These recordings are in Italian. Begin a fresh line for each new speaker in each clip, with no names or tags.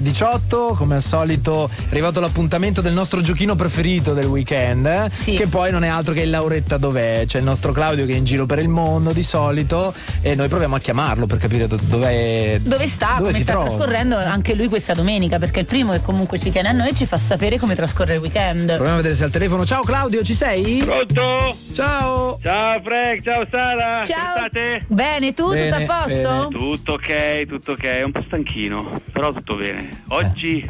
17-18, come al solito è arrivato l'appuntamento del nostro giochino preferito del weekend, eh?
Sì.
che poi non è altro che il Lauretta dov'è, c'è il nostro Claudio che è in giro per il mondo di solito e noi proviamo a chiamarlo per capire do- dov'è...
Dove sta,
Dove
come
si
sta
trova?
trascorrendo anche lui questa domenica, perché è il primo che comunque ci tiene a noi e ci fa sapere come trascorre il weekend.
Proviamo a vedere se è al telefono. Ciao Claudio, ci sei?
Pronto?
Ciao!
Ciao Frank, ciao Sara,
Ciao!
come state?
Bene, tu tutto
Bene,
a posto?
Tutto ok, tutto ok, un po' stanchino, però tutto bene. Oggi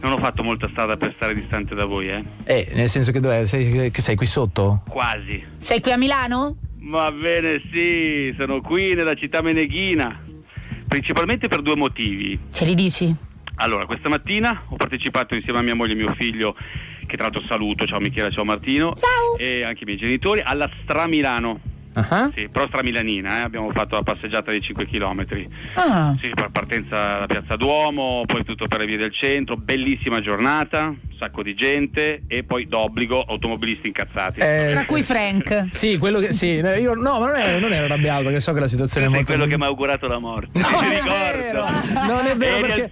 non ho fatto molta strada per stare distante da voi, eh?
Eh, nel senso che dov'è? Sei, che sei qui sotto?
Quasi.
Sei qui a Milano?
Va bene, sì, sono qui nella città meneghina, principalmente per due motivi.
Ce li dici?
Allora, questa mattina ho partecipato insieme a mia moglie e mio figlio, che tra l'altro saluto, ciao Michela, ciao Martino,
Ciao!
e anche i miei genitori, alla Stramilano.
Ah,
Sì, però Stramilanina, eh? abbiamo fatto la passeggiata di 5 km.
Ah,
Sì, per partenza da Piazza Duomo, poi tutto per le vie del centro, bellissima giornata, un sacco di gente e poi d'obbligo automobilisti incazzati.
Eh,
tra cui Frank.
Sì, quello che. Sì, eh, io no, ma non ero, non ero arrabbiato perché so che la situazione
Questo
è
è
molto.
quello che mi ha augurato la morte.
No,
Mi
non è
ricordo.
vero. Non è vero
Eri
perché-
al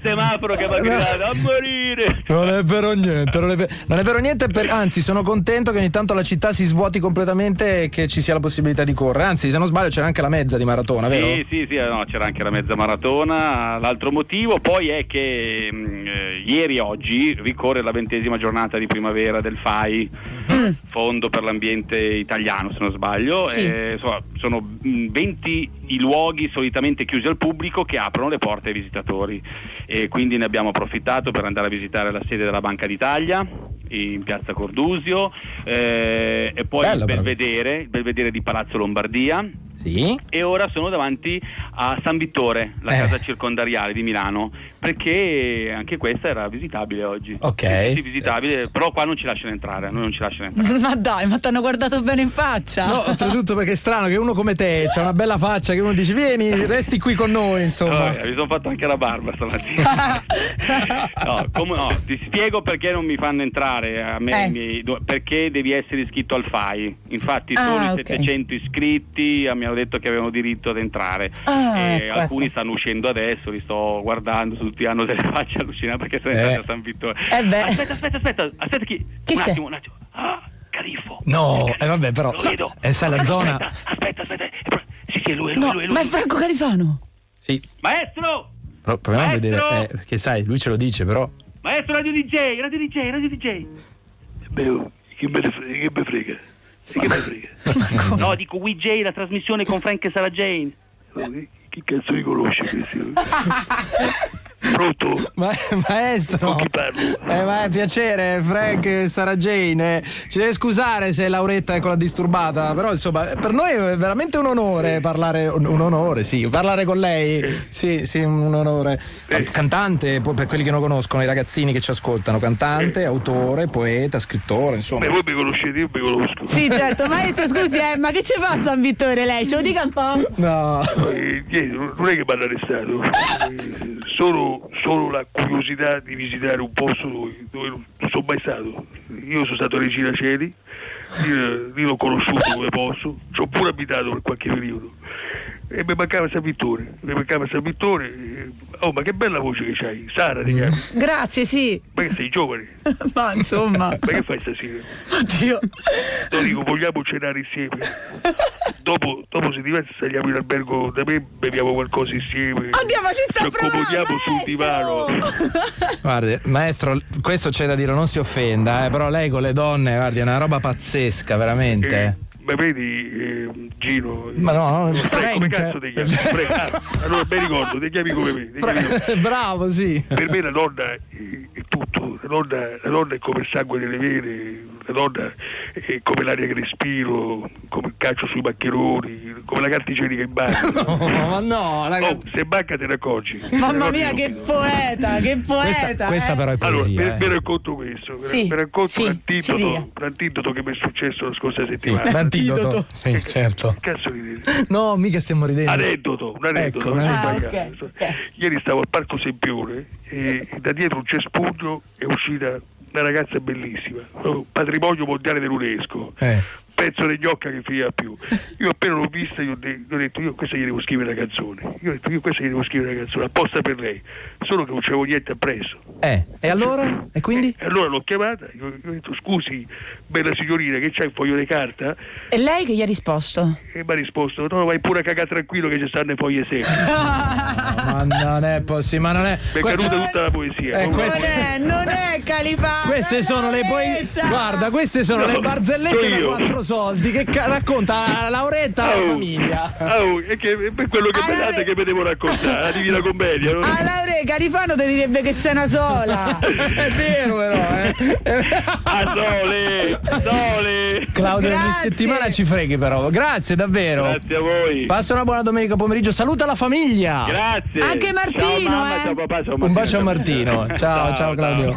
semaforo che mi ha gridato a morire.
Non è vero niente, non è vero, non è vero niente, per- anzi sono contento che ogni tanto la città si svuoti completamente e che ci sia la possibilità di correre. Anzi, se non sbaglio c'era anche la mezza di maratona, vero?
Sì, sì, sì, no, c'era anche la mezza maratona. L'altro motivo poi è che mh, eh, ieri e oggi ricorre la ventesima giornata di primavera del FAI,
Mm.
Fondo per l'Ambiente Italiano, se non sbaglio.
Sì.
E, insomma, sono mh, 20 i luoghi solitamente chiusi al pubblico che aprono le porte ai visitatori e quindi ne abbiamo approfittato per andare a visitare la sede della Banca d'Italia in piazza Cordusio eh, e poi
Bello,
il
però.
belvedere, il belvedere di Palazzo Lombardia
Sì?
e ora sono davanti a San Vittore, la
Eh.
casa circondariale di Milano, perché anche questa era visitabile oggi.
Ok.
Sì, sì, visitabile, però qua non ci lasciano entrare, a noi non ci lasciano entrare.
Ma dai, ma ti hanno guardato bene in faccia.
No, oltretutto perché è strano che uno come te c'ha una bella faccia che uno dice vieni, resti qui con noi, insomma.
Oh, mi sono fatto anche la barba stamattina. eh. no, come- no, ti spiego perché non mi fanno entrare a me,
Eh.
i miei due- perché devi essere iscritto al FAI. Infatti
Ah,
solo i
ok.
700 iscritti ah, mi hanno detto che avevano diritto ad entrare.
Ah,
E
ecco,
alcuni
ecco.
stanno uscendo adesso, li sto guardando, tutti hanno delle facce allucinanti perché sono
Eh.
entrati a San Vittore.
Eh beh.
Aspetta, aspetta, aspetta, aspetta chi?
Chi
un
c'è?
attimo, un attimo. Ah, Califfo.
No,
È
eh, vabbè, però-
Lo vedo.
Eh, sai, la
Aspetta,
zona-
Aspetta, aspetta, aspetta. È pro- Sì, sì, è lui, è lui,
No,
è lui, è lui.
ma è Franco Califano.
Sì,
Maestro!
pro- proviamo a
Maestro!
vedere. eh, perché sai, lui ce lo dice, però.
Maestro Radio DJ, Radio DJ, Radio DJ.
Beh, che me ne frega, che me frega. Che me frega.
No, dico WJ, la trasmissione con Frank e Sarah Jane.
Oh, Che, che cazzo li conosce questi? Pronto?
Ma, maestro,
Chi parlo?
eh, ma è piacere, Frank e Sara Jane. eh. Ci deve scusare se Lauretta è quella disturbata, però insomma, per noi è veramente un onore parlare. Un, un onore, sì, parlare con lei. Sì, sì, un onore. Cantante, poi per quelli che non conoscono, i ragazzini che ci ascoltano, cantante, autore, poeta, scrittore, insomma.
Beh, Eh, voi mi conoscete, io mi conosco.
Sì, certo, maestro, scusi, eh, ma che ci fa a San Vittore lei? Ce lo dica un po'.
No.
Eh, niente, non non è che mi hanno arrestato, Eh, solo, solo la curiosità di visitare un posto dove, dove non non sono mai stato. Io sono stato a Regina Celi, io, io l'ho conosciuto come posto, ci ho pure abitato per qualche periodo. E mi mancava San Vittore, mi mancava San Vittore. eh, Oh, ma che bella voce che c'hai, Sara ti chiami,
Grazie, sì.
ma che sei giovane,
Ma insomma,
ma che fai stasera?
oddio.
Lo dico, vogliamo cenare insieme. Dopo, dopo se ti va saliamo in albergo da me, beviamo qualcosa insieme.
Oddio, ma ci sta
Ci accomodiamo sul divano.
provando, maestro!
Guardi, maestro, questo c'è da dire, non si offenda, eh, però lei con le donne, guardi, è una roba pazzesca,
Eh,
veramente.
ma vedi, eh, Gino?
Ma cioè- no, no,
Frank, come
Frank.
cazzo ti chiami? Frank, ah, allora mi ricordo, ti chiami come me. ti chiami come me.
Bravo, sì.
Per me la donna è è tutto, la donna, la donna è come il sangue nelle vene, la donna è come l'aria che respiro, come il calcio sui maccheroni, come la carta igienica in bagno.
No, ma no, raga.
Oh, se manca te ne accorgi.
Mamma
Te ne
mia,
accorgi
che
subito.
poeta, che poeta!
Questa, questa
eh.
però è
Allora,
poesia.
mi, mi
eh.
racconto questo, mi-
Sì,
mi racconto
sì,
un,
ci dica.
antidoto, un antidoto che mi è successo la scorsa
Sì,
settimana.
l'antidoto. Sì, certo.
Che Cazzo di dire?
No, mica stiamo ridendo.
Ah, Aneddoto, un aneddoto.
Ecco, un
non
aneddoto.
sbagliato.
Ah, ok, ok. Eh.
Ieri stavo al Parco Sempione e da dietro un cespuglio è uscita una ragazza bellissima, proprio patrimonio mondiale dell'UNESCO.
Eh.
Pezzo di gnocca che finiva più. Io ho appena l'ho vista gli ho, de- gli ho detto io questa gli devo scrivere una canzone. Io ho detto io questa gli devo scrivere una canzone apposta per lei, solo che non c'avevo niente appresso.
Eh, e allora? E quindi?
E Eh, allora l'ho chiamata, gli ho, gli ho detto scusi bella signorina che c'hai il foglio di carta?
E lei che gli ha risposto?
E mi ha risposto no vai pure a cagare tranquillo che ci stanno le foglie secche.
ma non è possibile, ma non è.
Mi è
Questo-
caduta tutta la poesia.
Eh,
Allora,
questo-
Non è, non è Calipari!
Queste sono le poi. Guarda, queste sono
No,
le barzellette
sono
da
io. Oh.
quattro soldi che ca- racconta Lauretta alla
Au.
famiglia. eh.
Au, e che è per quello che
Ah,
pensate
vabbè.
che mi devo raccontare, la Divina Commedia. no?
Ah, Laure, Califano ti direbbe che sei una sola!
È vero, però, eh.
Ah, sole, sole.
Claudio, ogni
Grazie.
settimana ci freghi, però. Grazie, davvero.
Grazie a voi.
Passa una buona domenica pomeriggio. Saluta la famiglia.
Grazie.
Anche Martino,
Ciao mamma,
eh.
ciao papà, ciao
Un bacio a
Martino.
Martino. Ciao, ciao, Claudio.